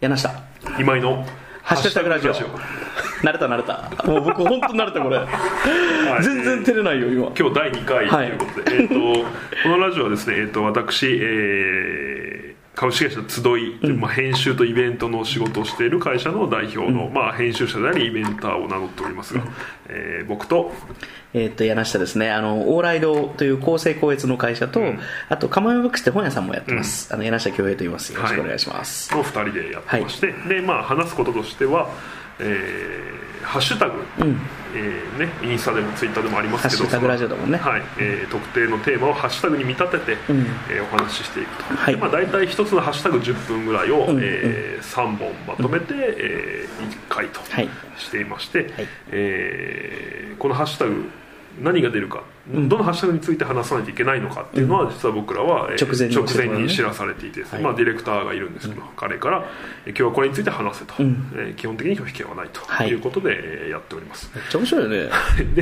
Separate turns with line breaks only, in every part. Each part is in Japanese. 柳下
今井の
ハッシュタグラジオ
ハッシュタグ
慣れた慣れたもう僕本当慣れたこれ、
い
全然照れないよ今
今日第2回と
はい
いうことで、えっとこのラジオはですね、えっと私、えー株式会社集い、まあ、編集とイベントの仕事をしている会社の代表の、まあ、編集者でありイベンターを名乗っておりますが、えー僕と
えーっと柳下ですねあの往来堂という厚生光悦の会社と、あと釜山ブックスって本屋さんもやってます、あの柳下恭平と言いますよろしくお願いします、
の2人でやってまして、でまあ、話すこととしては、えーハッシュタグ、えーね、インスタでもツイッターでもありますけど
ハッシュタグ
その
ラジオだもんね
はいえー特定のテーマをハッシュタグに見立てて、えーお話ししていくと、
はい
でまあ、大体1つのハッシュタグ10分ぐらいを、え3本まとめて、え1回と
はい
していまして、
い
えーこのハッシュタグ何が出るか、どのハッシュタグについて話さないといけないのかっていうのは、実は僕らは、えー
直前に
直前に知らされていてですね、
はい
まあ、ディレクターがいるんですけど、彼からえー今日はこれについて話せと、えー基本的に拒否権はないと
はい
いうことで、えーやっております、
めっちゃ面白いよね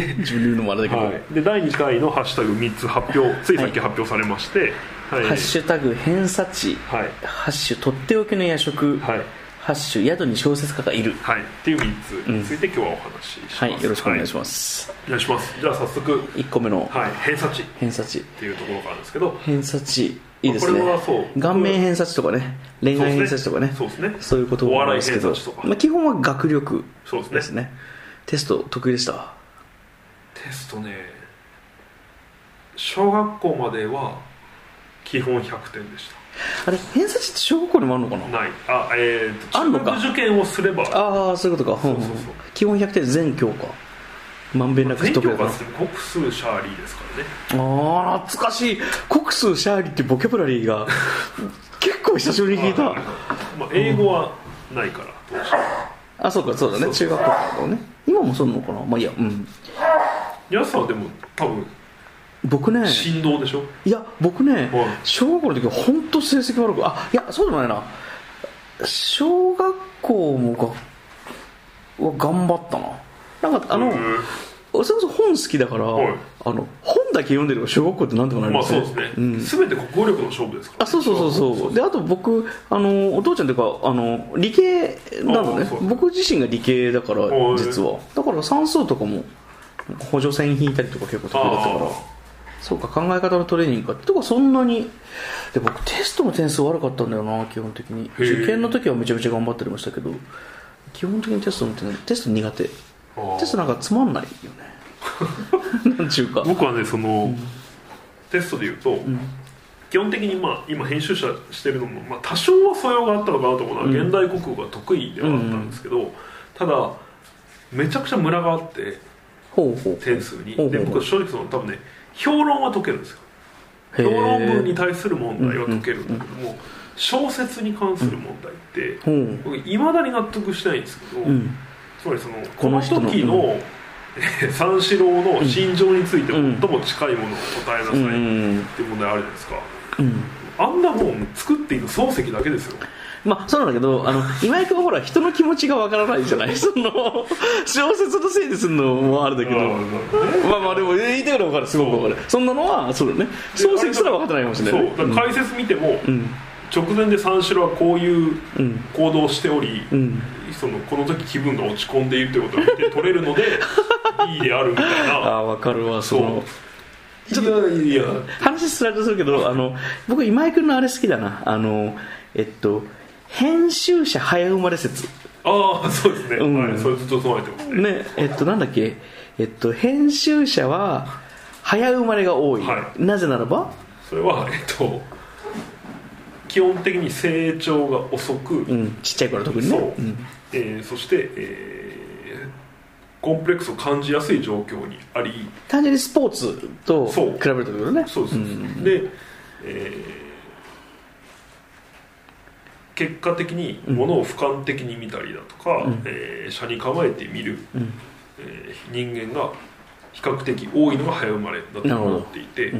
で
自 分で言うのもあれだけど、
はい、で第2回のハッシュタグ3つ発表ついさっき発表されまして、はい
ハッシュタグ偏差値、
はい
ハッシュとっておきの夜食、
はい
ハッシュ宿に小説家がいる
はい、っていう3つについて今日はお話しします、
はいよろしくお願いし
は
ます、
お願いしますじゃあ早速、
一1個目の
はい、偏差値っ
偏差値
ていうところからですけど
偏差値いいですね
これはそう
顔面偏差値とかね恋愛偏差値とかね
そうですね
そういうこともあるんですけ
お
ど
笑い偏差値とか
まあ、基本は学力
そうですね
ですねテスト得意でした
テストね小学校までは基本100点でした
あれ偏差値って小学校にもあるのかな
ないあえー、と
あ
中
んのか
学受験をすれば
ああそういうことか
そうそうそ
うん
う
うん基本100点全教科まんべんなく
全
得意
教
だか
科
ら
っつっても国数シャーリーですからね
ああ懐かしい国数シャーリーってボキャブラリー が結構久しぶりに聞いた
まあ、英語はないから当時
あそうかそうだね中学校からだもんね今もそうなのかなまあいいやうん
皆さんはでも多分
僕ね
振動でしょ、
いや僕ね
はい
小学校の時は本当成績悪くあいやそうでもないな小学校もがは頑張ったななんかあの、
へー
俺それこそ本好きだから、
はい
あの本だけ読んでるのが小学校ってなんでもない
ま
で
あ
す
そう
ね,、
ですね、
ん、
全て国語力の勝負ですから、
あそうそうそうそうであと僕あのお父ちゃんというかあの理系なの
あ
ね
そう
僕自身が理系だから
はい
実はだから算数とかも補助線引いたりとか結構得意だったか
あ
ら
ー
そうか考え方のトレーニングかとかそんなにで僕テストの点数悪かったんだよな基本的に
へー
受験の時はめちゃめちゃ頑張ってましたけど基本的にテストの点テスト苦手テ
あー
ストなんかつまんないよね なんちゅうか
僕はねその、テストで言うと、基本的に、まあ、今編集者してるのも、まあ、多少は素養があったのかなと思うのは、現代国語が得意ではあったんですけど、ただめちゃくちゃムラがあって
ほうほう
点数に
ほうほう
で僕は正直その多分ね評論は解けるんですよ
へ
評論文
ー
に対する問題は解けるんだけども、小説に関する問題って
ほう
僕いまだに納得してないんですけど、
うん
つまりそのこ
こ
の
の人の
時の、えー 三四郎の心情について最
ん
も近いものを答えなさ
う
い
ん
っ
う
て
ん
いう問題あるじゃないですか
うん
あんなもん作っていいの漱石だけですよ
まあそうなんだけどあの今井君はほら人の気持ちがわからないじゃないその小説のせいにするのもあるんだけどまあまあでも言いたいことは分かるすごく分かるそんなのはそうだね漱石すら分かってないかもしれないね
そうだから解説見ても、直前で三四郎はこういう行動をしており、
ん
そのこの時気分が落ち込んでいるということが見て取れるので いいであるみたい
あ
な
あ分かるわその
ちょっといやいや
話スライドするけどあの僕今井君のあれ好きだなあのえっと編集者早生まれ説
ああそうですね、
うん
はいそれずっと備えてますね
ねえっとなんだっけえっと編集者は早生まれが多い、
は
なぜならば
それはえっと基本的に成長が遅く、
うんちっちゃい頃特にね
そう、
ん
えーそして、えーコンプレックスを感じやすい状況にあり
単純にスポーツと比
そう
べるってことね
そうです、で、えー結果的にものを俯瞰的に見たりだとか、えー斜に構えて見る、えー人間が比較的多いのが早生まれだと思っていて、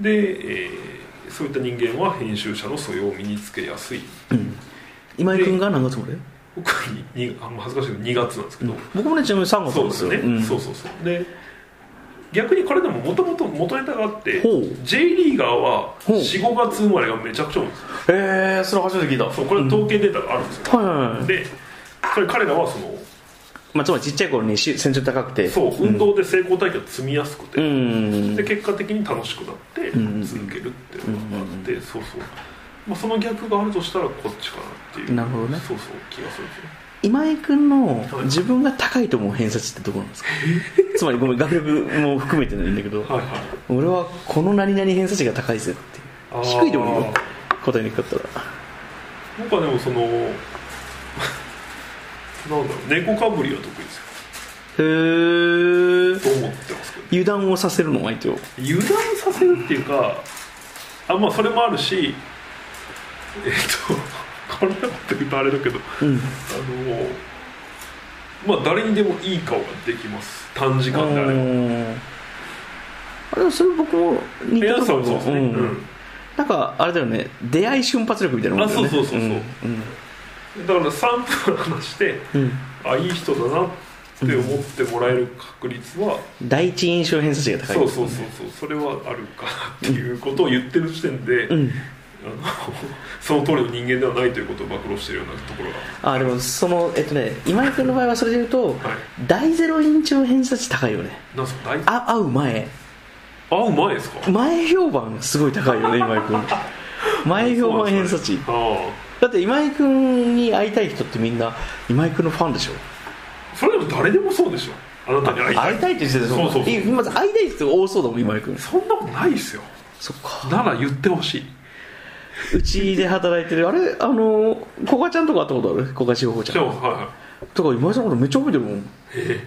で、えーそういった人間は編集者の素養を身につけやすい
今井君が何月生まれ
僕はににあんま恥ずかしいけど2月なんですけど、
僕もねちなみに3月な
そうんで
です
す
よ
ね、
うん
そうそうそうで逆にこれでももともと元ネタがあって
ほう
J リーガーは
ほう
45月生まれがめちゃくちゃ多いんですよ
ええー、それ初めて聞いた
そうこれ統計データがあるんですよ、
はいはいはい
でそれ彼らはその
まあ、つまりちっちゃい頃にし身長高くて
そう運動で成功体験を積みやすくて、
うん
で結果的に楽しくなって続けるっていうのがあって、そうそう、まあ、その逆があるとしたらこっちかなっていう
なるほどね
そうそう気がするんですよ
今井君の
はい
自分が高いと思う偏差値ってどこなんですかつまりごめん学力も含めてなんだけど
はいはい
俺はこの何々偏差値が高いぜって
あ
いう
ー
低いでもいいよ答えにくかったら
僕はでもその なんだろう猫かぶりは得意ですよ
へえ
と思ってますけど
油断をさせるの相手を
油断させるっていうかあまあそれもあるしえっとこんなこと言うとあれだけど
うん
あのまあ誰にでもいい顔ができます短時間であれば
あでもそれ僕も似た
皆さ
と
んもそう
こ
ですね、
うんなんかあれだよね出会い瞬発力みたいなもんだよね
あそうそうそうそうんうんだから3分話して
うんうん
あいい人だなって思ってもらえる確率は、
第一印象偏差値が高い
そうそうそうそうそれはあるかなっていうことを言ってる時点で、
うん
あのその通りの人間ではないということを暴露してるようなところが
あでもそのえっとね今井君の場合はそれで言うと
はい
第ゼロ印象偏差値高いよね
なんすか大
あ会う前
あうまいですか
前評判すごい高いよね今井 君前評判偏差値
ああ
だって今井君に会いたい人ってみんな今井君のファンでしょ
それでも誰でもそうでしょあなたに会いたい
会いたいって言ってたよ
そうそうそう
いまず会いたい人が多そうだもん今井君
そんなことないですよ
そっか
なら言ってほしいう
ちで働いてるあれあの古賀ちゃんとか会ったことある古賀志保子ち
じ
ゃ
ゃ
ん
あはいはい
とか今井さんのことめっちゃ覚えてるもん
え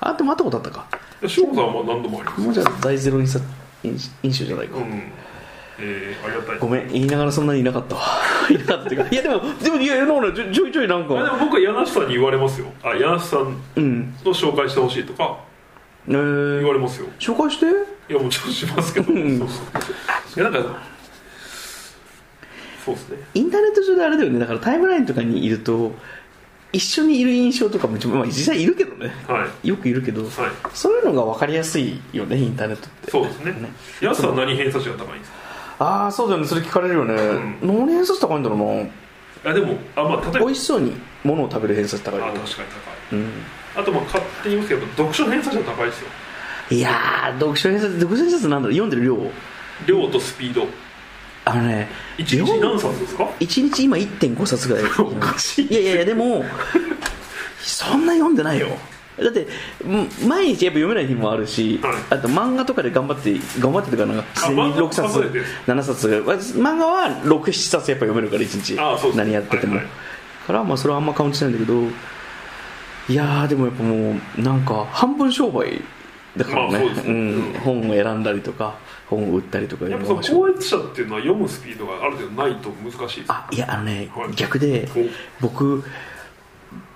あでも会ったことあったか
え翔子さんは何度もあります
もうじゃあ第ゼロ印象印象じゃないか
うんえー、ありがたい
ごめん言いながらそんなにいなかったわ いなかったっていうかいやでもでもいやいやなんかちょちょいちょいなん
あで
か
も僕は柳下さんに言われますよあ柳下さん
うん
の紹介してほしいとか
え
言わ
ー、
れますよ
紹介して
いやもちろんしますけど
ん
そうそういやなんかそうですね
インターネット上であれだよねだからタイムラインとかにいると一緒にいる印象とかも、まあ、実際いるけどね
はい
よくいるけど、
はい
そういうのが分かりやすいよねインターネットって
そうですね柳下さんは何偏差値が高いんですか
ああそうだよねそれ聞かれるよね、
う
何偏差値高いんだろう
あでもあまあ例
な
え
美
ば
味しそうに物を食べる偏差値高い
あ確かに
うん
高いあとまあ勝手に言いますけど読書偏差値が高いですよ
いやー読書偏差値読書偏差値なんだろう読んでる量
量とスピード
あのね
一日に何冊ですか
一日今1.5冊ぐらい
おかしい
いやいやいやでもそんな読んでないよだってうん毎日やっぱ読めない日もあるし、
はい
あと漫画とかで頑張って頑張ってとかなんか自然に
漫画
6冊
数えてる
7冊まあ漫画は67冊やっぱ読めるから1日
あそうです
何やってても、
はいはい
からまあそれはあんまカウントしないんだけどいやーでもやっぱもうなんか半分商売だからね,、
まあそうですね
ん、本を選んだりとか本を売ったりとか
やっぱ
い
そ
ろんな
の
商売
高閲者っていうのは読むスピードがある程度ないと難しいです
あいやあのね
はい
逆で
お
僕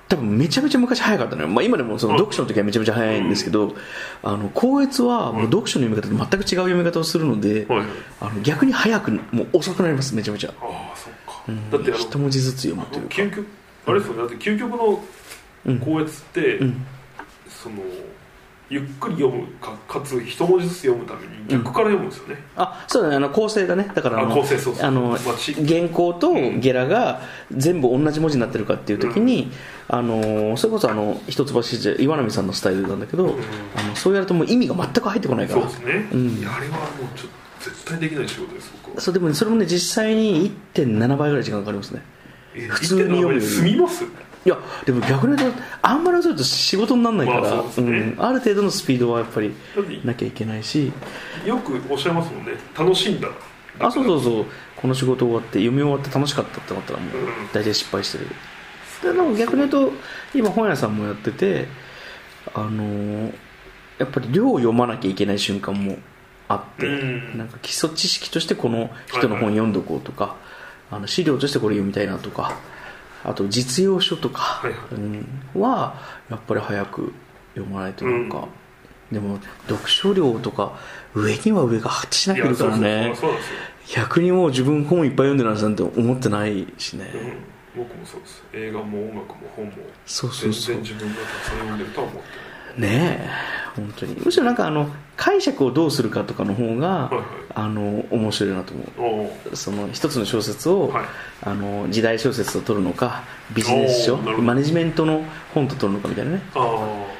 多分めちゃめちゃ昔早かったのよ、まあ、今でもその
うん
読書の時はめちゃめちゃ早いんですけど、あの高閲はもう読書の読み方と全く違う読み方をするので、
はい
あの逆に早くもう遅くなりますめちゃめちゃ、
ああそっか、
うん
だってあ
一
の
文字ずつ読むというか
究極あれですよねだって究極の高越って、
ん
そのゆっくり読むかかつ一文字ずつ読むために逆から読むんですよね、
あそうだねあの構成がねだからあの
あ構成そうそう
あの
まあし
原稿とゲラが全部同じ文字になってるかっていう時に、あのそれこそあの一橋じゃ岩波さんのスタイルなんだけど、
ん
あのそうやるともう意味が全く入ってこないか
そう
ら
ですね、
うん
いやあれはもうちょっと絶対できない仕事です僕は
そうでもねそれもね実際に1.7倍ぐらい時間かかりますね
え
普通に読むより
一点の上で済みます
いやでも逆に言うとあんまりすると仕事にならないから、
まあそうですね
ん、ある程度のスピードはやっぱり
だって
なきゃいけないし
よくおっしゃいますもんね楽しんだ
あそうそうそうこの仕事終わって読み終わって楽しかったってなったらもう
うん
大体失敗してるでなんか逆に言うと今本屋さんもやっててあのーやっぱり量を読まなきゃいけない瞬間もあって、
うん
なんか基礎知識としてこの人の本読んどこうとか、あの資料としてこれ読みたいなとかあと実用書とか、
はいはい
うん、はやっぱり早く読まないとなんか、でも読書量とか上には上が果てしないく
や
いる
そ
か
う
ら
そう
ね
そうなんですよ
逆にもう自分本いっぱい読んでるなんて思ってないしね、
うん僕もそうです映画も音楽も本も
そうそうそ
全
う
然自分がたくさん読んでるとは思って
ねえ本当にむしろなんかあの解釈をどうするかとかの方が
はいはい
あの面白いなと思う
おお
その一つの小説を、
はい
あの時代小説と取るのかビジネス書
おーなるほど
マネジメントの本と取るのかみたいなね
あ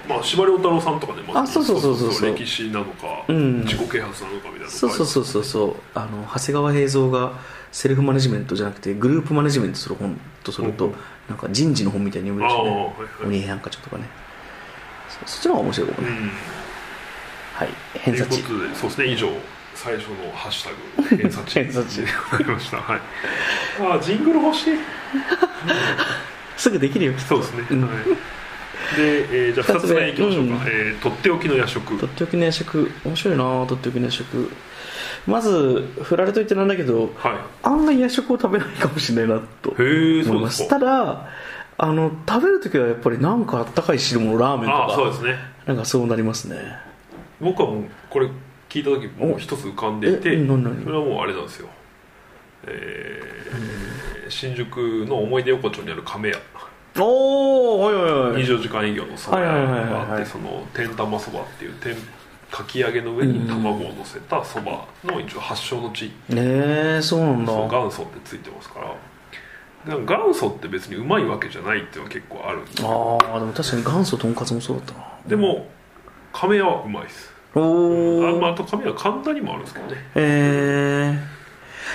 あまあ司馬太郎さんとかねま
あそうそうそうそう
歴史なのか、
うん
自己啓発なのかみたいな
そうそうそうそうそうあの長谷川平蔵がセルフマネジメントじゃなくてグループマネジメントする本とすると、
うんうん
なんか人事の本みたいに読
あ
む
あ
しね
はいはい
鬼平犯科帳とかねそそっちの方が面白いかも
う
ね、
ん
はい
と
偏
いう
差
こ
値
とでそうですね以上最初のハッシュタグ偏差値
偏差値
でございました はいああジングル欲しい
すぐできるよきっ
そ
と
うですね、
ん
はいで、えーじゃあ2
二つ目
つ目いきましょうか、
うん
えーとっておきの夜食
とっておきの夜食面白いなとっておきの夜食まず振られといてなんだけど
はい
案外夜食を食べないかもしれないなと
へえそ
思いう
で
ますす
か
ただあの食べる時はやっぱりなんかあったかい汁物ラーメンとか
ああそうですね
なんかそうなりますね
僕はもうこれ聞いた時もう一つ浮かんでい
え
て
何何
それはもうあれなんですよえー新宿の思い出横丁にある亀屋
おおはいはいはい
24時間営業のそば屋
はいはいはいはい
が
は
あっ
い
てその天玉そばっていう天かき揚げの上に卵を乗せたそばの一応発祥の地
ねえそうなんだ
その元祖ってついてますからでも元祖って別にうまいわけじゃないっていうのは結構あるんです
ああでも確かに元祖とんかつもそうだったな
でも亀屋はうまいです
お
あ,、まあ、
お
あと亀屋神田にもあるんですけどね
え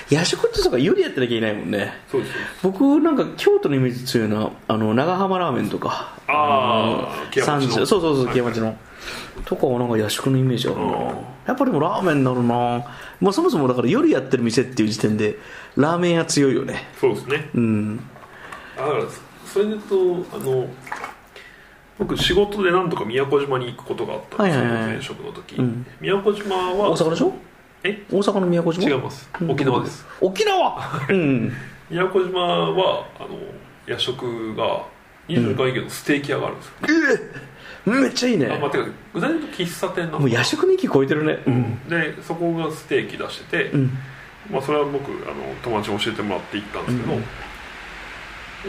ー、夜食ってそうか夜やってなきゃいけないもんね
そうですそうです
僕なんか京都のイメージ強いなあの長浜ラーメンとか
あー
の
木屋町
30
の
そうそうそう
はい
木屋町の、とかはなんか夜食のイメージあるな
うん
やっぱでもラーメンだろうな、まあ、そもそもだから夜やってる店っていう時点でラーメン屋強いよね
そうですね
うん
だからそれで言うとあの僕仕事で何とか宮古島に行くことがあったんですよ、
はいはいはい
前職の時、
ん
宮古島は
大阪でしょ
え
大阪の宮古島
違います沖縄です
沖縄うん
宮古島はあの夜食が24時間営業のステーキ屋があるんですよ、
めっちゃいいね
あまあ、てか具体的に喫茶店なん
もう夜食の域超えてるねうん
でそこがステーキ出してて、
うん
まあ、それは僕あの友達に教えてもらって行ったんですけど、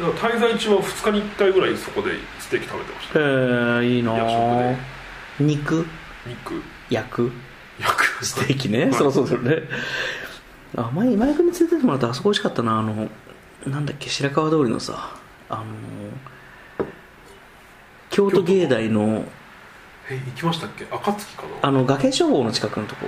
だから滞在中は2日に1回ぐらいそこでステーキ食べてまし
えー、いいな
夜食で
肉
た肉
焼く
焼く
ステーキね、
はい
そりゃそうだよねあ前今井君に連れてってもらったあそこ美味しかったなあのなんだっけ白川通りのさあの京都芸大の
え行きましたっけ暁かなあ
あの崖消防の近くのとこ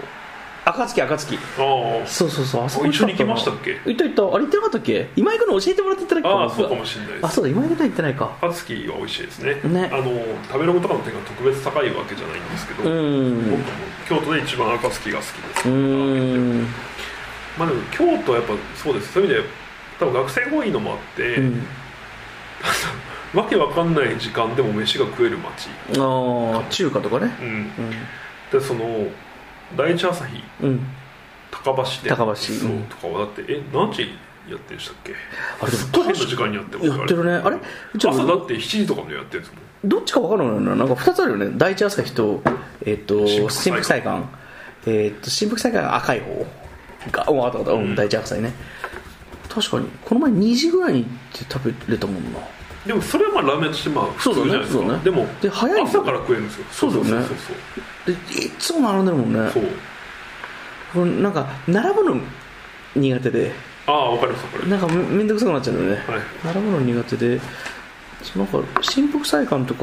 暁暁
あ
そうそうそうあそこ
あ一緒に行き
美
ま
味し
し
たか
っ
っ
け
たな行った行ったあれ行ってなかったっけ今井君の教えてもらって行っただけ
ああ
な
そうかもしれないで
あ
す
そうだ今井君とは行ってないか
暁は美味しいですね
ね
あの食べログとかの点が特別高いわけじゃないんですけど、
う
僕はもうん京都で一番暁が好きです、
うん
まあでも京都はやっぱそうですそういう意味で多分学生が多いのもあって、
うん
わけわかんない時間でも飯が食える街
ああ中華とかね
うん
う
でその第一朝日
ん、うん、
高橋で
高橋
そう
うん
とかはだってえ何時やってんでしたっけ
あれでも
すっごい変な時間にやってますよ
やってるねあれちょっと
朝だって7時とかもやってるんですもん
どっちか分からないななんか2つあるよね第一朝日と,、えっと
新
新
北
北祭
祭館
館えっと新北祭館が赤い方が分かった分かった、うん
うん
第一朝日ね確かにこの前2時ぐらいに行って食べれたもんな
でもそれはまあラーメンとしてまあ普通じゃないですか
そうだねそ
で
うだ
も
ねで早いんだよ
朝から食えるんですよ
そうだよね
そう
でいつも並んでるもんね
そうそうそう
これなんか並ぶの苦手で
ああわかりますわかりま
なんかめめんどくさくなっちゃうんだよね、
すはい
並ぶの苦手でそうなんか新北祭館とか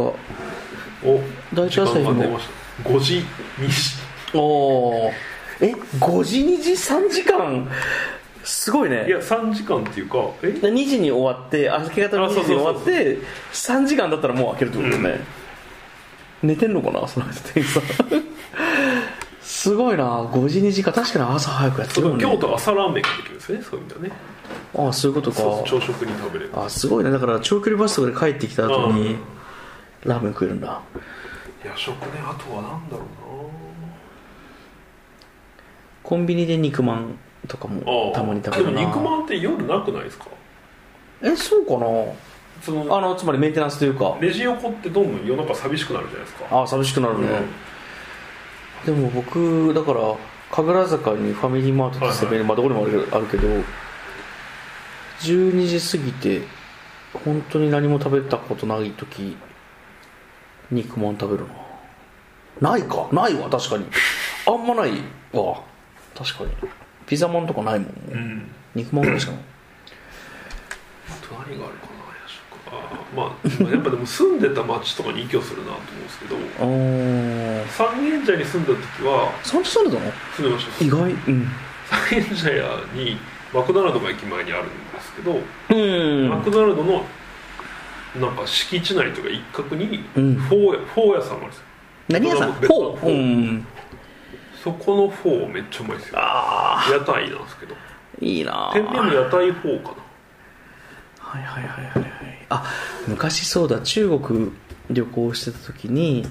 お
第一朝日も
時間が出ました5時2時
おおえ5時2時3時間すごいね
いや3時間っていうかえ
で2時に終わって明け方の
あ
2
そう
時
そう
に終
そう
わって3時間だったらもう開けるってことだよね、寝てんのかな その人店員さんすごいな5時2時か確かに朝早くやって
そ
る
う
もんね
京都は朝ラーメンができるんですねそういう意味ではね
ああそういうことか
そうそう朝食に食べれる
あすごいねだから長距離バスとかで帰ってきた後
う
に
ん
ラーメン食えるんだ
夜食ねあとはなんだろ
コンビニで肉まんとか
うなあ
も
あ
たまに食べるな
でも肉まんって夜なくないですか
えそうかな
その
あのつまりメンテナンスというか
レジ横ってどんどん夜中寂しくなるじゃないですか
ああ寂しくなるね、でも僕だから神楽坂にファミリーマートとセブンイレブンまあどこにもあるあるけど12時過ぎて本当に何も食べたことない時肉まん食べるなないかないわ確かにあんまないわ確かにピザマンとかないもん、もう
うん
肉まんぐらいしかない
あと何があるかな夜食あーまあ まあやっぱでも住んでた町とかに依拠するなと思うんですけど
あー
三軒茶屋に住んだ時は
サンチュサルドの
住んでました
意
よ
外うん
三軒茶屋にマクドナルドが駅前にあるんですけど、
うん
マクドナルドのなんか敷地内とか一角に
うん
フォー屋フォー屋さんがあるんですよ
何屋さん
ベトナム
フォーうん
そこのフォーめっちゃうまいですよ
あ
屋台なんですけど
あいいな
店名も屋台フォーか
はいはいはいはいはいあ昔そうだ中国旅行してた時に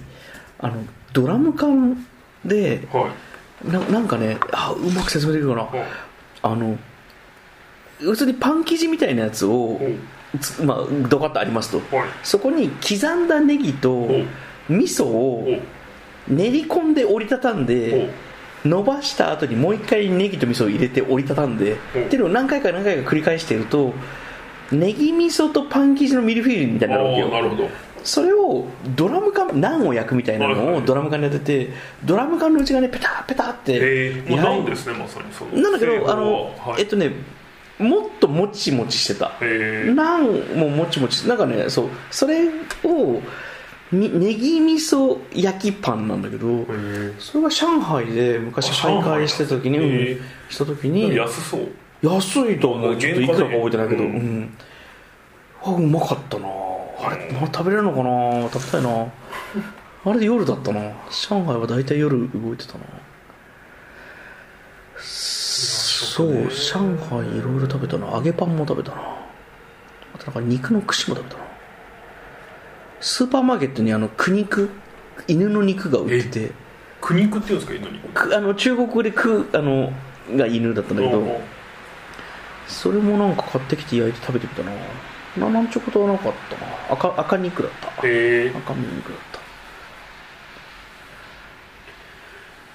あのドラム缶で
なはい
ななんかねあうまく説明できるかな
はい
あの要するにパン生地みたいなやつを
おう
つまあドカッとありますと
はい
そこに刻んだネギと
おう
味噌
お
を
う
練り込んで折りたたん
お
で
う
伸ばした後にもう一回ネギと味噌を入れて折りたたんでって
お
いうのを何回か何回か繰り返しているとネギ味噌とパン生地のミルフィーユみたいになるわけ
あーな
よ
るほど
それをドラム缶ナンを焼くみたいな
はい
の
は
を
い
ドラム缶に当ててドラム缶の内側にペタペタって
えー、もう
や
なんですねまさにその
なんだけ
製
ど
法は
あの、
はい
えっとねもっともちもちしてた
えー、
ナンももちもちなんかねそうそれをにネギ味噌焼きパンなんだけど
えー
それが上海で昔
あ
徘
上海
徊してた時に、うん
へえ
した時に
安そう
安いと思うちょっといくらか覚えてないけど、う
原価で
んあうまかったなあれまだ食べれるのかな食べたいなあれで夜だったな上海は大体夜動いてたなそう
ね
上海いろいろ食べたな揚げパンも食べたなあとなんか肉の串も食べたなスーパーマーケットにあの苦肉犬の肉が売ってて
苦肉っていうんですか犬肉
くあの中国語でくあのが犬だったんだけど、それもなんか買ってきて焼いて食べてみたなななんちゅうことはなかったな赤赤肉だった
えー、
赤身肉だった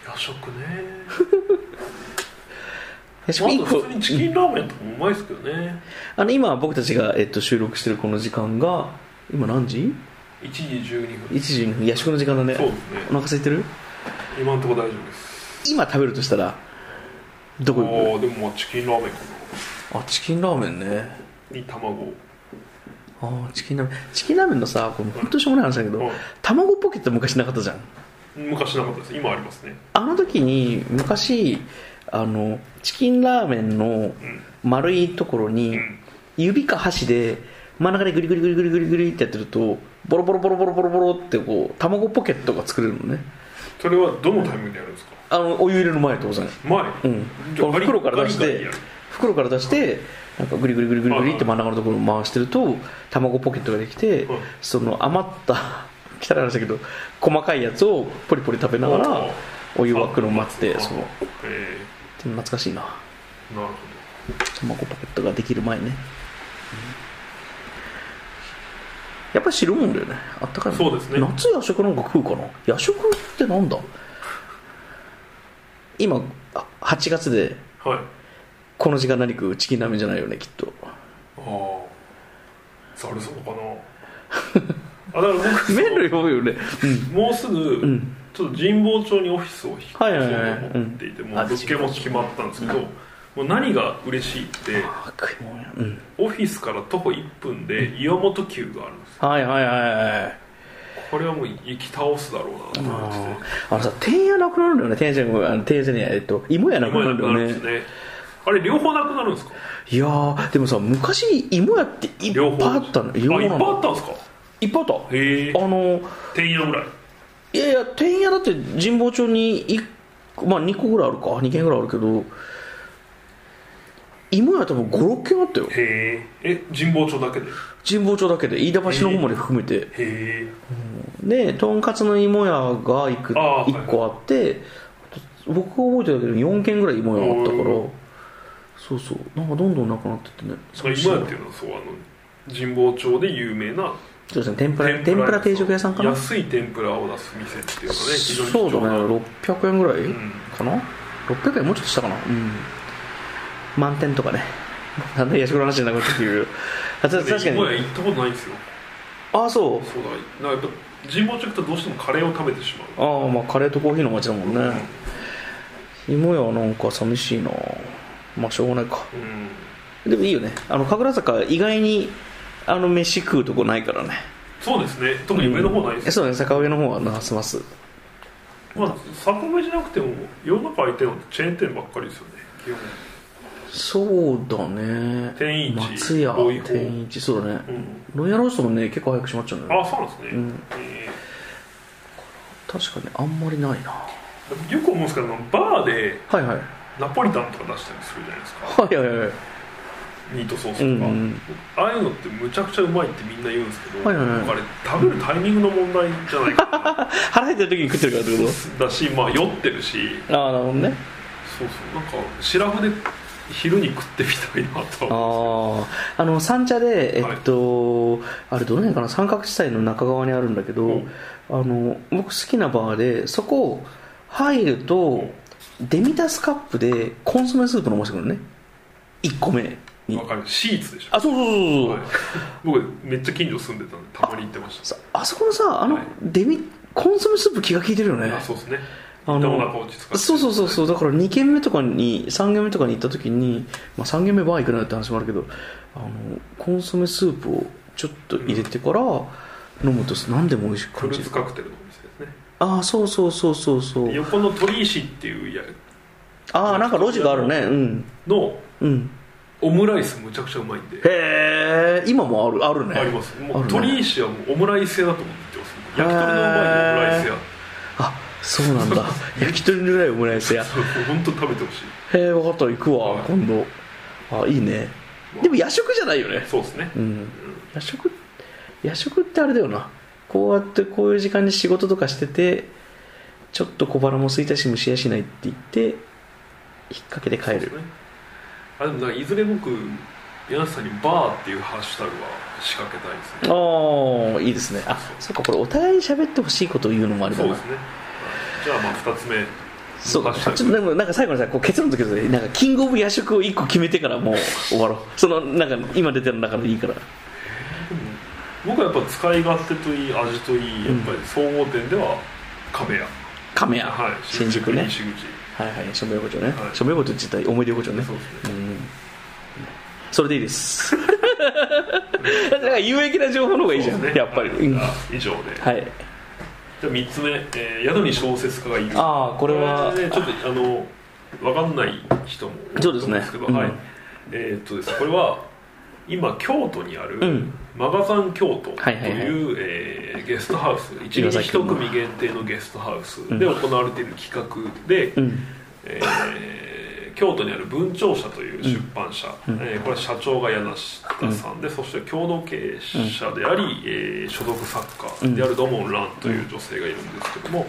夜食ね
えしかも
ま
一
あ
個
普通にチキンラーメンとかもうまいですけどね
あの今僕たちが、えっと、収録してるこの時間が今何時
1時12
?1
分
時に夜食の時間だね
そうですね
お腹空いてる
今のところ大丈夫です
今食べるとしたらど
あ
こ行
ーでもまあチキンラーメンか
くあチキンラーメンね
なに卵
あーチキンラーメンチキンラーメンのさこれ本当しょうもない話だけ
うん
ど卵ポケット昔なかったじゃん
昔なかったです今ありますね
あの時に昔あのチキンラーメンの丸いところに
ん
指か箸で真ん中でグリグリグリグリグリグリってやってるとボロボロボロボロボロボロってこう卵ポケットが作れるのね
それはどのタイミングでやるんですか
あのお湯入れる前当然
前、
うん
じゃあガリ
袋から出し
ガリガリ
て
やる
袋から出してなんかグリグリグリグリグリって真ん中のところを回してると卵ポケットができて
うん
その余った汚い話だけど細かいやつをポリポリ食べながらお湯沸くのを待ってそう
え
でも懐かしいな
ー、なるほ
卵ポケットができる前ね、やっぱり汁物だよねあったかいもん
そうですね
夏夜食なんか食うかな夜食ってなんだ今あ8月で
どはい
この時間何食うチキンラーメンじゃないよねきっと
ああザルそばかな あだから僕
麺類多いよね
もうす
うん、う
ぐ
ん、
ちょっと神保町にオフィスを引っ越そう
はいはいはい
と思っていて、
うん
もう物件も決まったんですけど、もう何が嬉しいって
あ食い物やうん
オフィスから徒歩1分で岩本急があるんですよ
はいはいはいはい
これはもう行き倒すだろうなと思ってて
あのさ天屋なくなるんだよね天屋じゃないごめんあの天屋じゃねえやえっと芋屋なくな
今
る
なんく
だ
な
よ
るん
ね
ですねあれ両方なくなるんですか
いやーでもさ昔芋屋っていっぱ
両
い
方
あったの
あいっぱいあ
の
ったんですか
いっぱいあった
へえ
あの
てんやぐらい
いやいや天屋だって神保町に一個まあ2個ぐらいあるか2軒ぐらいあるけど芋屋多分56軒あったよ
へええ神保町だけでへ
神保町だけで飯田橋の方まで含めて、
え
でとんかつの芋屋がいく
あー
1個あってあと僕が覚えてるけど4軒ぐらい芋屋あったから
うん
そうそうなんかどんどんなくなってってね
今やっていうのはそうあの神保町で有名な
そうですね天ぷら天ぷら定食屋さんかな
安い天ぷらを出す店っていうかね非常に貴
そうだ
重な
ね600円ぐらい
ん
かな、600円もうちょっとしたかなうん満点とかね なんで八代の話じゃなくなってきてるけどあた
で
確か
芋屋
に
行ったことないんですよ
ああそ
そうだなんかやっ神保町行くとどうしてもカレーを食べてしまう
ああまあカレーとコーヒーの街だもんね芋屋はなんか寂しいなまあしょうがないか
うん
でもいいよねあの神楽坂意外にあの飯食うとこないからね
そうですね特に上の方ないです、
そうね坂上の方はなすます
まあ坂上じゃなくても世の中空いてるのってチェーン店ばっかりですよね基本
そうだね
天一
松屋
大井郷
天一そうだね
うん
ロイヤルホストもね結構早く閉まっちゃうんだよね
あそうなんですね、
うん
え
確かにあんまりないなは
ーよく思うんですけどバーで
いはい
ナポリタンとか出したりするじゃないですか
はいはいはいはい
ミートソース
う
とか、
んうん
ああいうのってむちゃくちゃうまいってみんな言うんですけど、
はいはいはい
あれ食べるタイミングの問題じゃないかな
腹減ってる時に食ってるからってこ
だしまあ酔ってるし
とああなるほどね
そうそうなんかシラフで昼に食ってみたいなとは
あああの三茶でえっと、あれどの辺かな三角地帯の中側にあるんだけど、
うん
あの僕好きなバーでそこ入ると、デミタスカップでコンソメスープ飲ませてくるね1個目に
わかるシーツでしょ
あそうそうそうそう、
はい僕めっちゃ近所住んでたんでたまに行ってました
さあそこのさあの
はい
デミ、コンソメスープ気が利いてるよね
あそうですね
あの
一旦お腹落ち着かせて
そうそうそうそうだから2軒目とかに3軒目とかに行った時に、まあ、3軒目バー行くなよって話もあるけどあのコンソメスープをちょっと入れてから飲むと何でも美味しく
フ
感
ル
じ
ー
る
ツカクテルのお店ですね
ああそうそうそうそうそう
横の鳥石っていうや
ああなんか路地があるねうん
の
うん
オムライスむちゃくちゃうまいんで、
へえ今もあるあるね
ありますも
あ
う
るね
鳥石はもうオムライス屋だと思ってます焼き鳥のうまいオムライス屋
あそうなん だ焼き鳥のぐらいオムライスやへ
そう本当食べてほしい
え分かった行くわ
はい
今度あいいねでも夜食じゃないよね
そうですね
うん夜食夜食ってあれだよなこうやってこういう時間に仕事とかしててちょっと小腹も空いたし蒸しやしないって言って引っ掛けて帰る
あでもなんかいずれ僕皆さんにバーっていうハッシュタグは仕掛けたいですね
ああいいですねあそっかこれお互いに喋ってほしいことを言うのもあれだ
そう
な
ですねじゃあまあ2つ目
そう
ハッシュタグ
ちょっとでもなんか最後にさこう結論つけてなんかキングオブ夜食を1個決めてからもう終わろうそのなんか今出てる中でいいから
僕はやっぱ使い勝手といい味といいやっぱり総合店では亀屋、
亀屋、
はい、
新宿ね
西口
はいはい署名横丁ね、
はい
署名横丁自体思い出横丁ね
そうですね
それでいいですだから有益な情報の方がいいじゃん、
そうですね
やっぱり、
はい
うん
あ以上で、
はい
じゃあ3つ目、えー宿に小説家がいる
ああこれは
こねちょっとあの分かんない人も多いと
そう
思
です
ん
ね
ですけど、
うん
はいえーっとですねこれは今京都にある、
うん
マガザン京都という、
はいはいはい
えーゲストハウス一日一組限定のゲストハウスで行われている企画で、
うん
えー京都にある文聴社という出版社、えーこれは社長が柳下さんで、そして共同経営者であり、えー所属作家である土門蘭という女性がいるんですけども、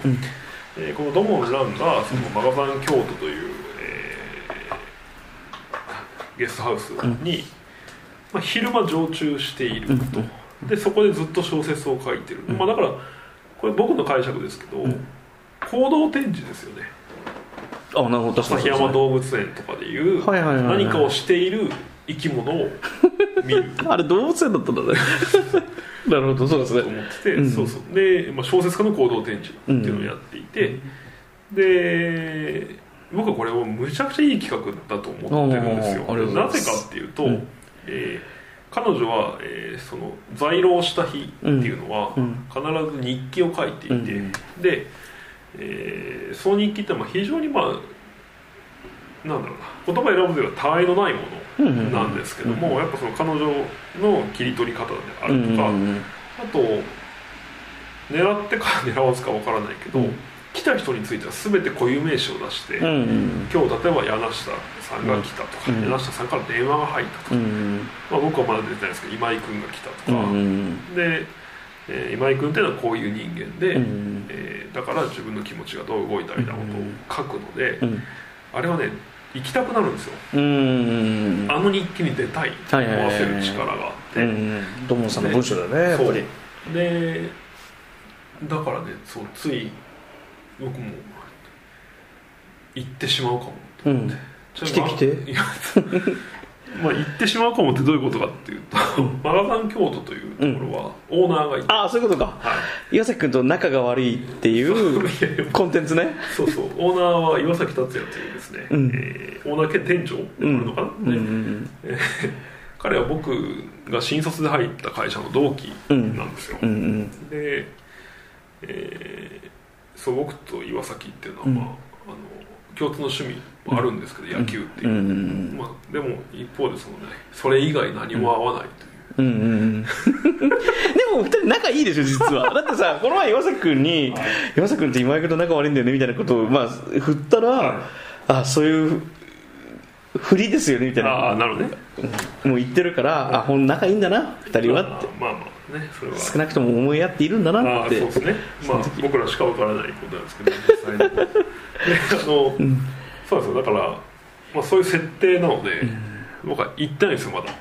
えーこの土門蘭がそのマガザン京都という、えーゲストハウスに、まあ、昼間常駐していると、でそこでずっと小説を書いてる、まあ、だからこれ僕の解釈ですけど、行動展示ですよね
あなるほど確かに
旭山動物園とかでいう
はいはいはいはい
何かをしている生き物を見る
あれ動物園だったんだね なるほどそうです
と
ね
思ってて、
うん
そうそうで、まあ、小説家の行動展示っていうのをやっていて、で僕はこれをむちゃくちゃいい企画だと思ってるんですよ
おーありがとうござい
な
ます
ぜかっていうと、
うん
えー彼女は、えーその在廊した日っていうのは、
うん
必ず日記を書いていて、
うん
で、えーその日記ってまあ非常にまあなんだろうな言葉選ぶでは他愛のないも
うんう
の
ん
なんですけども、やっぱその彼女の切り取り方であ
う
る
ん
と
うん
か、
うん
あと狙ってか狙わずかわからないけど、
うん
来た人については全て固有名詞を出して、
うんうん
今日例えば柳下さんが来たと
う
か、
ん
柳下さんから電話が入ったとか、
うん
まあ、僕はまだ出てないですけど今井君が来た
う
と
んう
か、
ん
で、えー今井君っていうのはこういう人間で、
うん
えーだから自分の気持ちがどう動いたみたいなことを書くので、
うん
あれはね行きたくなるんですよ
うん
あの日記に出たいと思わせる力があって、
うん土門さんの文章だねやっ
そ
ぱ
う
り
でだからねそうつい僕も行ってしまうかも
うん
と
来て来て
いや まあ、言ってしまうかもってどういうことかっていうとマガザン京都というところはオーナーがいて、
ああそういうことか、岩崎君と仲が悪いっていうコンテンツね
そうそうオーナーは岩崎達也というですね、
うん
えーオーナー兼店長なのかな、
うんうん
えー彼は僕が新卒で入った会社の同期なんですよ、
うんうん
で、えー、そう僕と岩崎っていうのは、まああの共通の趣味もあるんですけど、野球っていう、
うんうん
まあ、でも一方でその、ね、それ以外何も合わないとい
う
う、
んうんうんでも二人仲いいでしょ実 はだってさこの前岩崎君に「岩崎君って今井君と仲悪いんだよね」みたいなことを、まあ、振ったら「
はい
あそういう振りですよね」みたい
ああ
な
なるほどね
もう言ってるから「あほん仲いいんだな二人は」って
まあまあまあねそれは
少なくとも思いやっているんだな
あ
っ
あ
て
そうですねまあ僕らしかわからないことなんですけど実際のであ の、そうなんですよだから、まあ、そういう設定なので、僕は行ってないですよまだ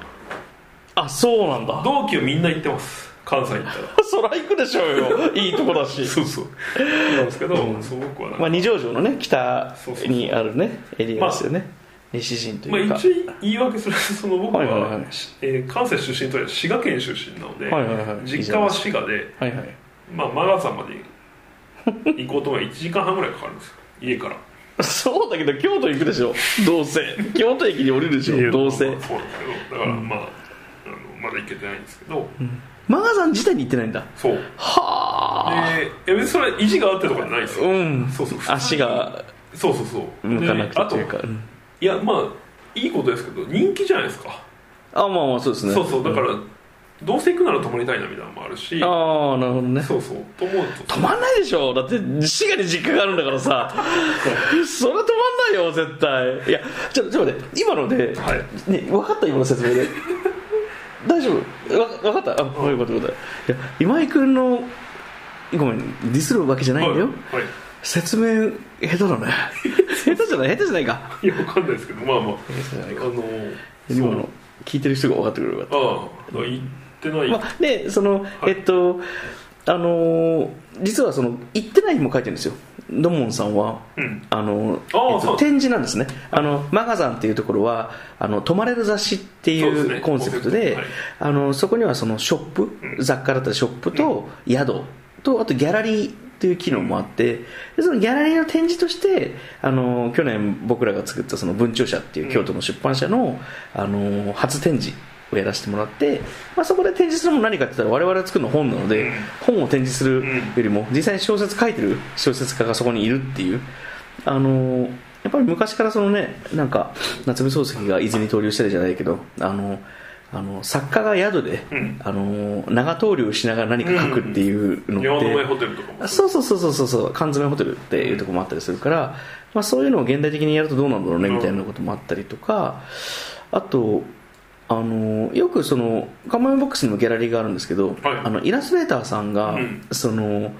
あそうなんだ
同期はみんな行ってます関西行ったら
そら行くでしょう よいいとこだし
そうそうなんですけど、そう僕はなんか
まあ、二条城のね北
そうそうそう
にあるねエリアですよね、西陣と
まあ、
いうか、
一応言い訳する とその僕は、
はいはいはい
しえー関西出身というよりは滋賀県出身なので、
はいはいはい
実家は滋賀で、
はいはい
まあ、マガさんまで行こうと思えば1時間半ぐらいかかるんですよ家から
そうだけど京都行くでしょどうせ京都駅に降りるでしょどうせ
まあそうなんですけどだから、まああのまだ行けてないんですけど、
マガザン自体に行ってないんだ
そうで
はあ
いや別にそれは意地があってとかじゃないですよ、
うん
そうそう普通に
足が
そうそうそう
向かな
であ
くて
と
というかうん
いやまあいいことですけど人気じゃないですか、
あまあまあそうですね
そうそうだから、どうせ行くなら泊まりたいなみたいなのもあるし
ああなるほどね
そうそうと思うと
止まんないでしょだって滋賀に実家があるんだからさそれ止まんないよ絶対いやちょちょっと待って今ので、
はい
ね、分かった今の説明で大丈夫わ分かったあこういうこということいや今井君のごめんディスるわけじゃないんだよ、
はい、は
説明下手だね 下手じゃない下手じゃないか
い、いやわかんないですけどまあまあ
そうじゃ
あ
ないか
の
今
そう
の聞いてる人が分かってくれるかった
ああだから行ってない、
まあ、でその、えっとあのー実はその行ってない日も書いてるんですよ土門さんは、
うん
あの
あー
えっ
そ
と、
う
展示なんですねあのマガザンっていうところはあの泊まれる雑誌って
そうです
い
ね
うコンセプトで
コンセプ
あのそこにはそのショップ、雑貨だったりショップと宿とあとギャラリーという機能もあってでそのギャラリーの展示としてあの去年僕らが作ったその文潮社っていう京都の出版社の,、あの初展示をやらせてもらって、まあ、そこで展示するもの何かって言ったら我々が作るの本なので、
うん
本を展示するよりも実際に小説書いてる小説家がそこにいるっていうあのやっぱり昔からそのねなんか夏目漱石が伊豆に投留したりじゃないけどあのあの作家が宿で、
うん
あの長投留しながら何か書くっていうのって、
山の上ホテルとかも
そうそうそうそうそうそう缶詰ホテルっていうところもあったりするから、まあ、そういうのを現代的にやるとどうなんだろうね
うん
みたいなこともあったりとかあとあのよくそのカモメボックスにもギャラリーがあるんですけど、あのイラストレーターさんが、
うん
その、え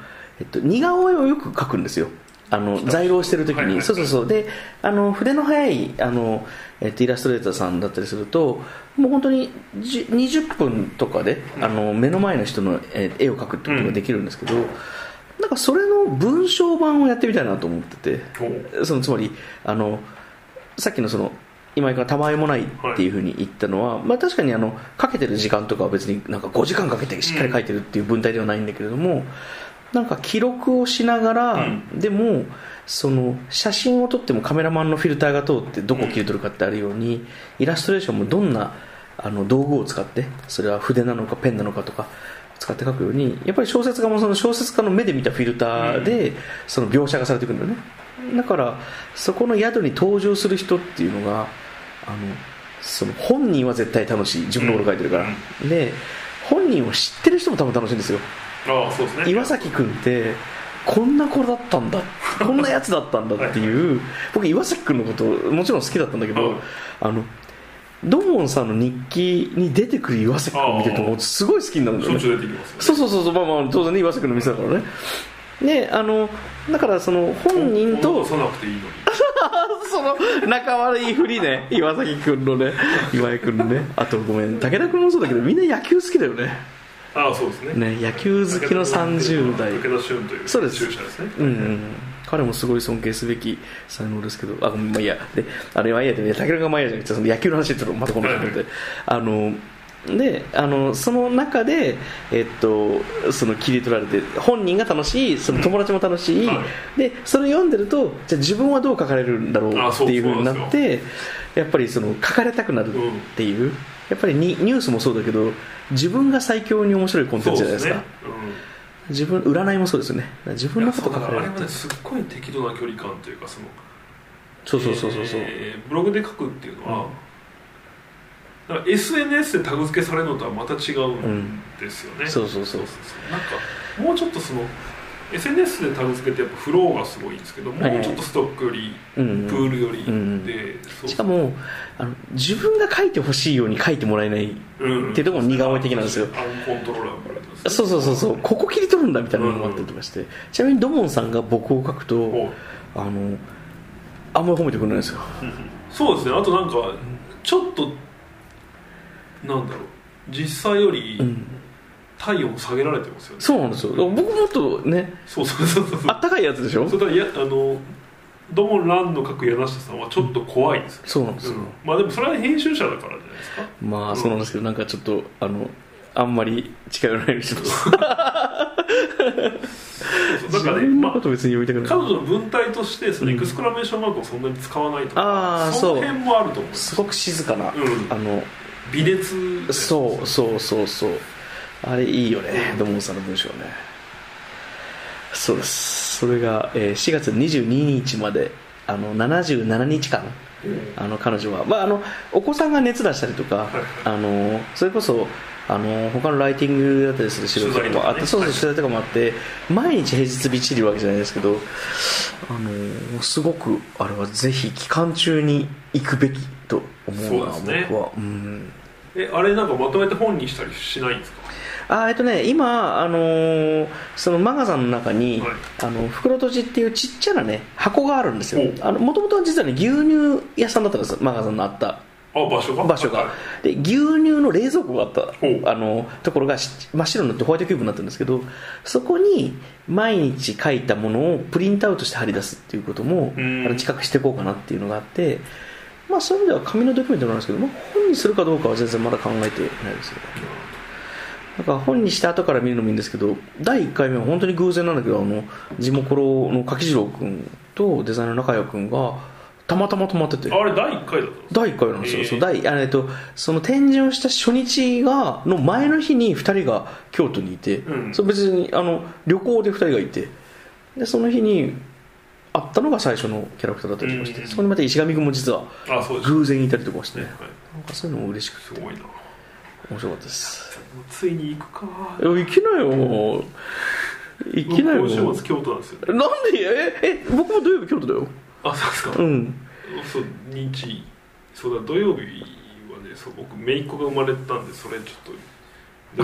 っと、似顔絵をよく描くんですよあの在庫をしてる時に、
はいはいはい
そうそうそうであの筆の速いあの、えっと、イラストレーターさんだったりするともう本当にじ20分とかで、あの目の前の人のえ絵を描くってことができるんですけど、なんかそれの文章版をやってみたいなと思ってて
ほう
そのつまりあのさっきのその今井君がたまえもないっていうふうに言ったのは、まあ、確かにあのかけてる時間とかは別になんか5時間かけてしっかり書いてるっていう文体ではないんだけれども、なんか記録をしながら、
うん
でもその写真を撮ってもカメラマンのフィルターが通ってどこを切り取るかってあるように、イラストレーションもどんなあの道具を使ってそれは筆なのかペンなのかとか使って書くようにやっぱり小説家もその小説家の目で見たフィルターで、その描写がされてくるんだよねだからそこの宿に登場する人っていうのがあのその本人は絶対楽しい自分のこと書いてるから、で本人を知ってる人も多分楽しいんですよ
ああそうですね
岩崎君ってこんな子だったんだこんなやつだったんだっていう僕岩崎君のこともちろん好きだったんだけど、
うん
あのドモンさんの日記に出てくる岩崎君を見てるともうすごい好きになるんだ
し
よ
ょっ
ね
ちゅう出てきます
そ
よ
うそうそうそうまあまあ当然ね岩崎君の店だからねねあのだからその本人と
さなくていいのに
その仲悪いふりね岩崎君のね岩井君のねあとごめん武田君もそうだけどみんな野球好きだよね
ああそうですね
ね、野球好きの30代
武田俊という
そう
注
です
射ですね
うんうん彼もすごい尊敬すべき才能ですけど、あ、ごめんまあ、いや、で、あれは、いや、でも、いや、竹中マイヤじゃなくて、その野球の話ってのまたこのところで、あの、で、あの、その中で、えっと、その切り取られて、本人が楽しい、その友達も楽しい、
はい
で、それを読んでると、じゃあ自分はどう書かれるんだろう
あ
っ
そう
ていうふうにな
そうな
っ
んで
て、やっぱりその書かれたくなるっていう、やっぱりニニュースもそうだけど、自分が最強に面白いコンテンツじゃないですか。
そうねうん
自分占いもそうですよね自分のこと書かれ
いやそうだからあれ
るっ
は
て
ねすっごい適度な距離感というかその
そうそうそうそうそう、
えーブログで書くっていうのは、だから SNS でタグ付けされるのとはまた違うんですよね、
そうそうそう
なんかもうちょっとその SNS でタグ付けってやっぱフローがすごいんですけども
はいはいう
ちょっとストックより、
うんうん
プールよりで、
ん
そう
しかもあの自分が書いてほしいように書いてもらえない
うん
ってとこも苦思い的なんですよ
アンコントローラーもありますね
そうそうそうそうここ切り取るんだみたいなのもあったりとかして、ちなみにドモンさんが僕を書く
お
とあのあんまり褒めてくれないんですよ
そうですねあとなんかちょっとなんだろう実際より
うん
体温下げられてますよね、
そうなんですよだから僕もっとね
そうそうそうそう
あったかいやつでしょ
それからいやあのドモランの書く柳下さんはちょっと怖いですよ、
そうなんです
う
よ、
んまあでもそれは編集者だからじゃないですか
まあそうなんですけどなんかちょっとあのあんまり近寄らないようにしてます
そうそう
自
だからね、
分
ま
のこ
あ、
と別に読みたくない
彼女の文体としてそのエクスクラメーションマークをそんなに使わないとか、
あー
その
そう
辺もあると思うんです
すごく静かな、
うん
あの
微熱
そうそうそうそうあれいいよね土門さんの文章ねそうですそれが、えー4月22日まであの77日間
うん
あの彼女は、まあ、あのお子さんが熱出したりとかあのそれこそあの他のライティングだったりする仕事とかもあって、
取材とかね
そうそう
はい
取材とかもあって毎日平日びっちりいるわけじゃないですけどあのすごくあれはぜひ期間中に行くべきと思うな
そうですね
僕は。うん
えあれなんかまとめて本にしたりしないんですか
あえっとね、今、あのーそのマガザンの中に、
はい
あの袋とじっていうちっちゃな、ね、箱があるんですよ
お
もともとは実は、ね、牛乳屋さんだったんですよマガザンのあった
あ場所が
場所がで牛乳の冷蔵庫があっ
お
たあのところがし真っ白になってホワイトキューブになってるんですけどそこに毎日書いたものをプリントアウトして貼り出すっていうこともあ
うん
の近くしていこうかなっていうのがあって、まあ、そういう意味では紙のドキュメントなんですけど、まあ、本にするかどうかは全然まだ考えてないですよねなんか本にした後から見るのもいいんですけど第1回目は本当に偶然なんだけどあの地元の柿次郎君とデザイナーの中谷君がたまたま泊まってて
あれ第1回だったんですか
第1回なんですよ、
へえ
そう第あえっと、その展示をした初日がの前の日に2人が京都にいて、
うん
そう別にあの旅行で2人がいてでその日に会ったのが最初のキャラクターだったりとかして、
うん
そこにまた石上君も実は
あそうです
偶然いたりとかして、
ね、
なん
はい、
かそういうのも嬉しくて
すごいな
面白かったです
ついに行くか
いや行きなよもう行きなよ
今
もう
週末京都なんですよね
なんでええ僕も土曜日京都だよ
あそうですか
うん
そう日そうだ土曜日はねそう僕姪っ子が生まれたんでそれちょっと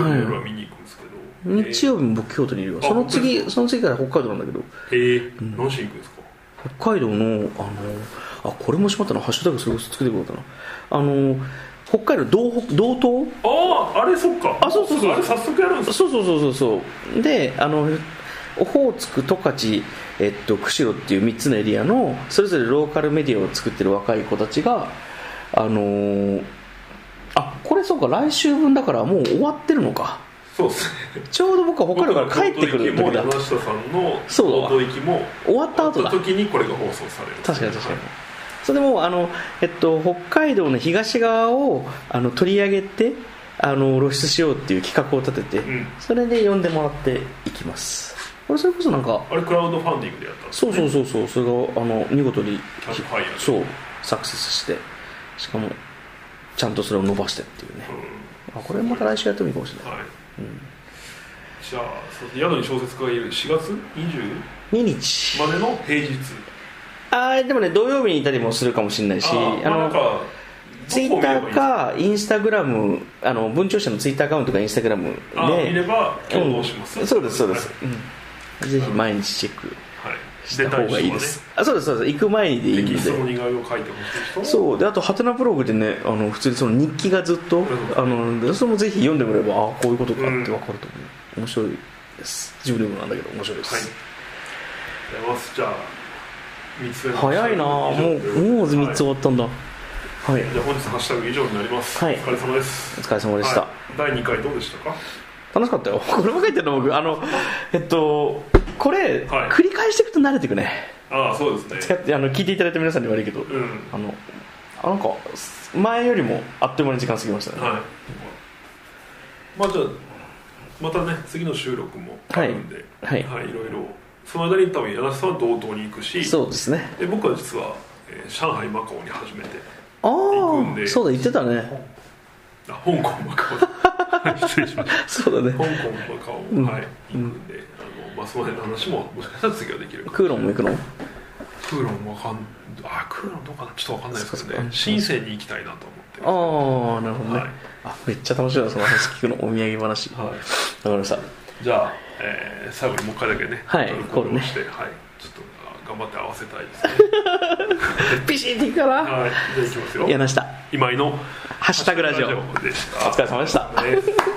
土曜日は見に行くんですけど、
日曜日も僕京都にいるよ
あ
その
本当で
次
すか
その次から北海道なんだけど
えーえー何しに行くんですか
北海道のあのあこれもしまったなハッシュタグそれこそつけてこようかなあの北海道道北道東
あああれそっか
あそうそうそう
あれ早速やるんですか
そうそうそうそうそうであのオホーツク十勝、えっと、釧路っていう3つのエリアのそれぞれローカルメディアを作ってる若い子たちがあのーあこれそうか来週分だからもう終わってるのか
そうですね
ちょうど僕は北海道から帰ってくる
僕
時
ら
だ
京都行きも山下さんの
そうだ
京都行きも
終わった後だ
時にこれが放送される
確かに確かにそれでもあの、えっと、北海道の東側をあの取り上げてあの露出しようっていう企画を立てて、
うん
それで呼んでもらっていきますこれそれこそなんか
あれクラウドファンディングでやったんです
そうそうそうそうそれがあの見事に
キャッチファイヤー
そうサクセスしてしかもちゃんとそれを伸ばしてっていうねあこれまた来週やってもいいかもしれ
うん
ない
はい、じゃあそう宿に小説家がいる4月20
2日
までの平日
あーでもね土曜日にいたりもするかもしれないし
ああまあなんか
ツイッターかインスタグラムあの文潮社のツイッターアカウントかインスタグラムで
あ見れば共同します、
うんそうですそうです、うんぜひ
うん
毎日チェック
はい、はい
した方がいいです、あそうですそうです行く前でいい
テ
ん
キ
で
ストの似顔絵を描いてほしい人
そうであとハテナブログでねあの普通にその日記がずっとあのそれもぜひ読んでもらえばあこういうことかって分かると思う、面白いです自分でもなんだけど面白いです、
はいやりますじゃあ3つ目の
早いなあもう
以上といことで
もう3つ終
は
わったんだはい、
いじゃあ本日のハッシュタグ以上になります、
はい
お疲れ様です
お疲れ様でした、
はい第2回どうでしたか
楽しかったよ これも書いてるの僕あのえっとこれ、
はい
繰り返していくと慣れていく ね
ああそうです
使
ね
ってあの聞いていただいた皆さんに悪いけど、
うん
あのあなんか前よりもあっという間に時間過ぎましたね、
はいまあじゃあまたね次の収録もあるんで
は
はいい、い、ろいろその間に多分柳瀬さんは道東に行くし
そうですね
で僕は実は、えー上海マカオに初めて
あ
行くん
あ
で
そうだ言ってたね
あ香港マカオ だ失礼しました
そうだ
香港
ね
マカオ、はい行くんで、あのまあ、その辺の話ももしかしたら次はできるか
クーロンも行くの
クーロンわかんあクーロンどうかなちょっとわかんないですけ
そう
ど
そ
ね
う
深センに行きたいなと思っ
ああなるほどね、
はい
あめっちゃ楽しいなその話聞くのお土産話
て
わか
はい
りました
じゃあ、えー最後にもう一回だけね、
はい
アルコールをして、はい、ちょっとあ頑張って合わせたいですね。
ビシッていくかな
はい、じゃあいきますよ。
柳下
今井の
ハッシュタグラジオ
ハッシュタグラジオでした。
お疲れ様でした
ね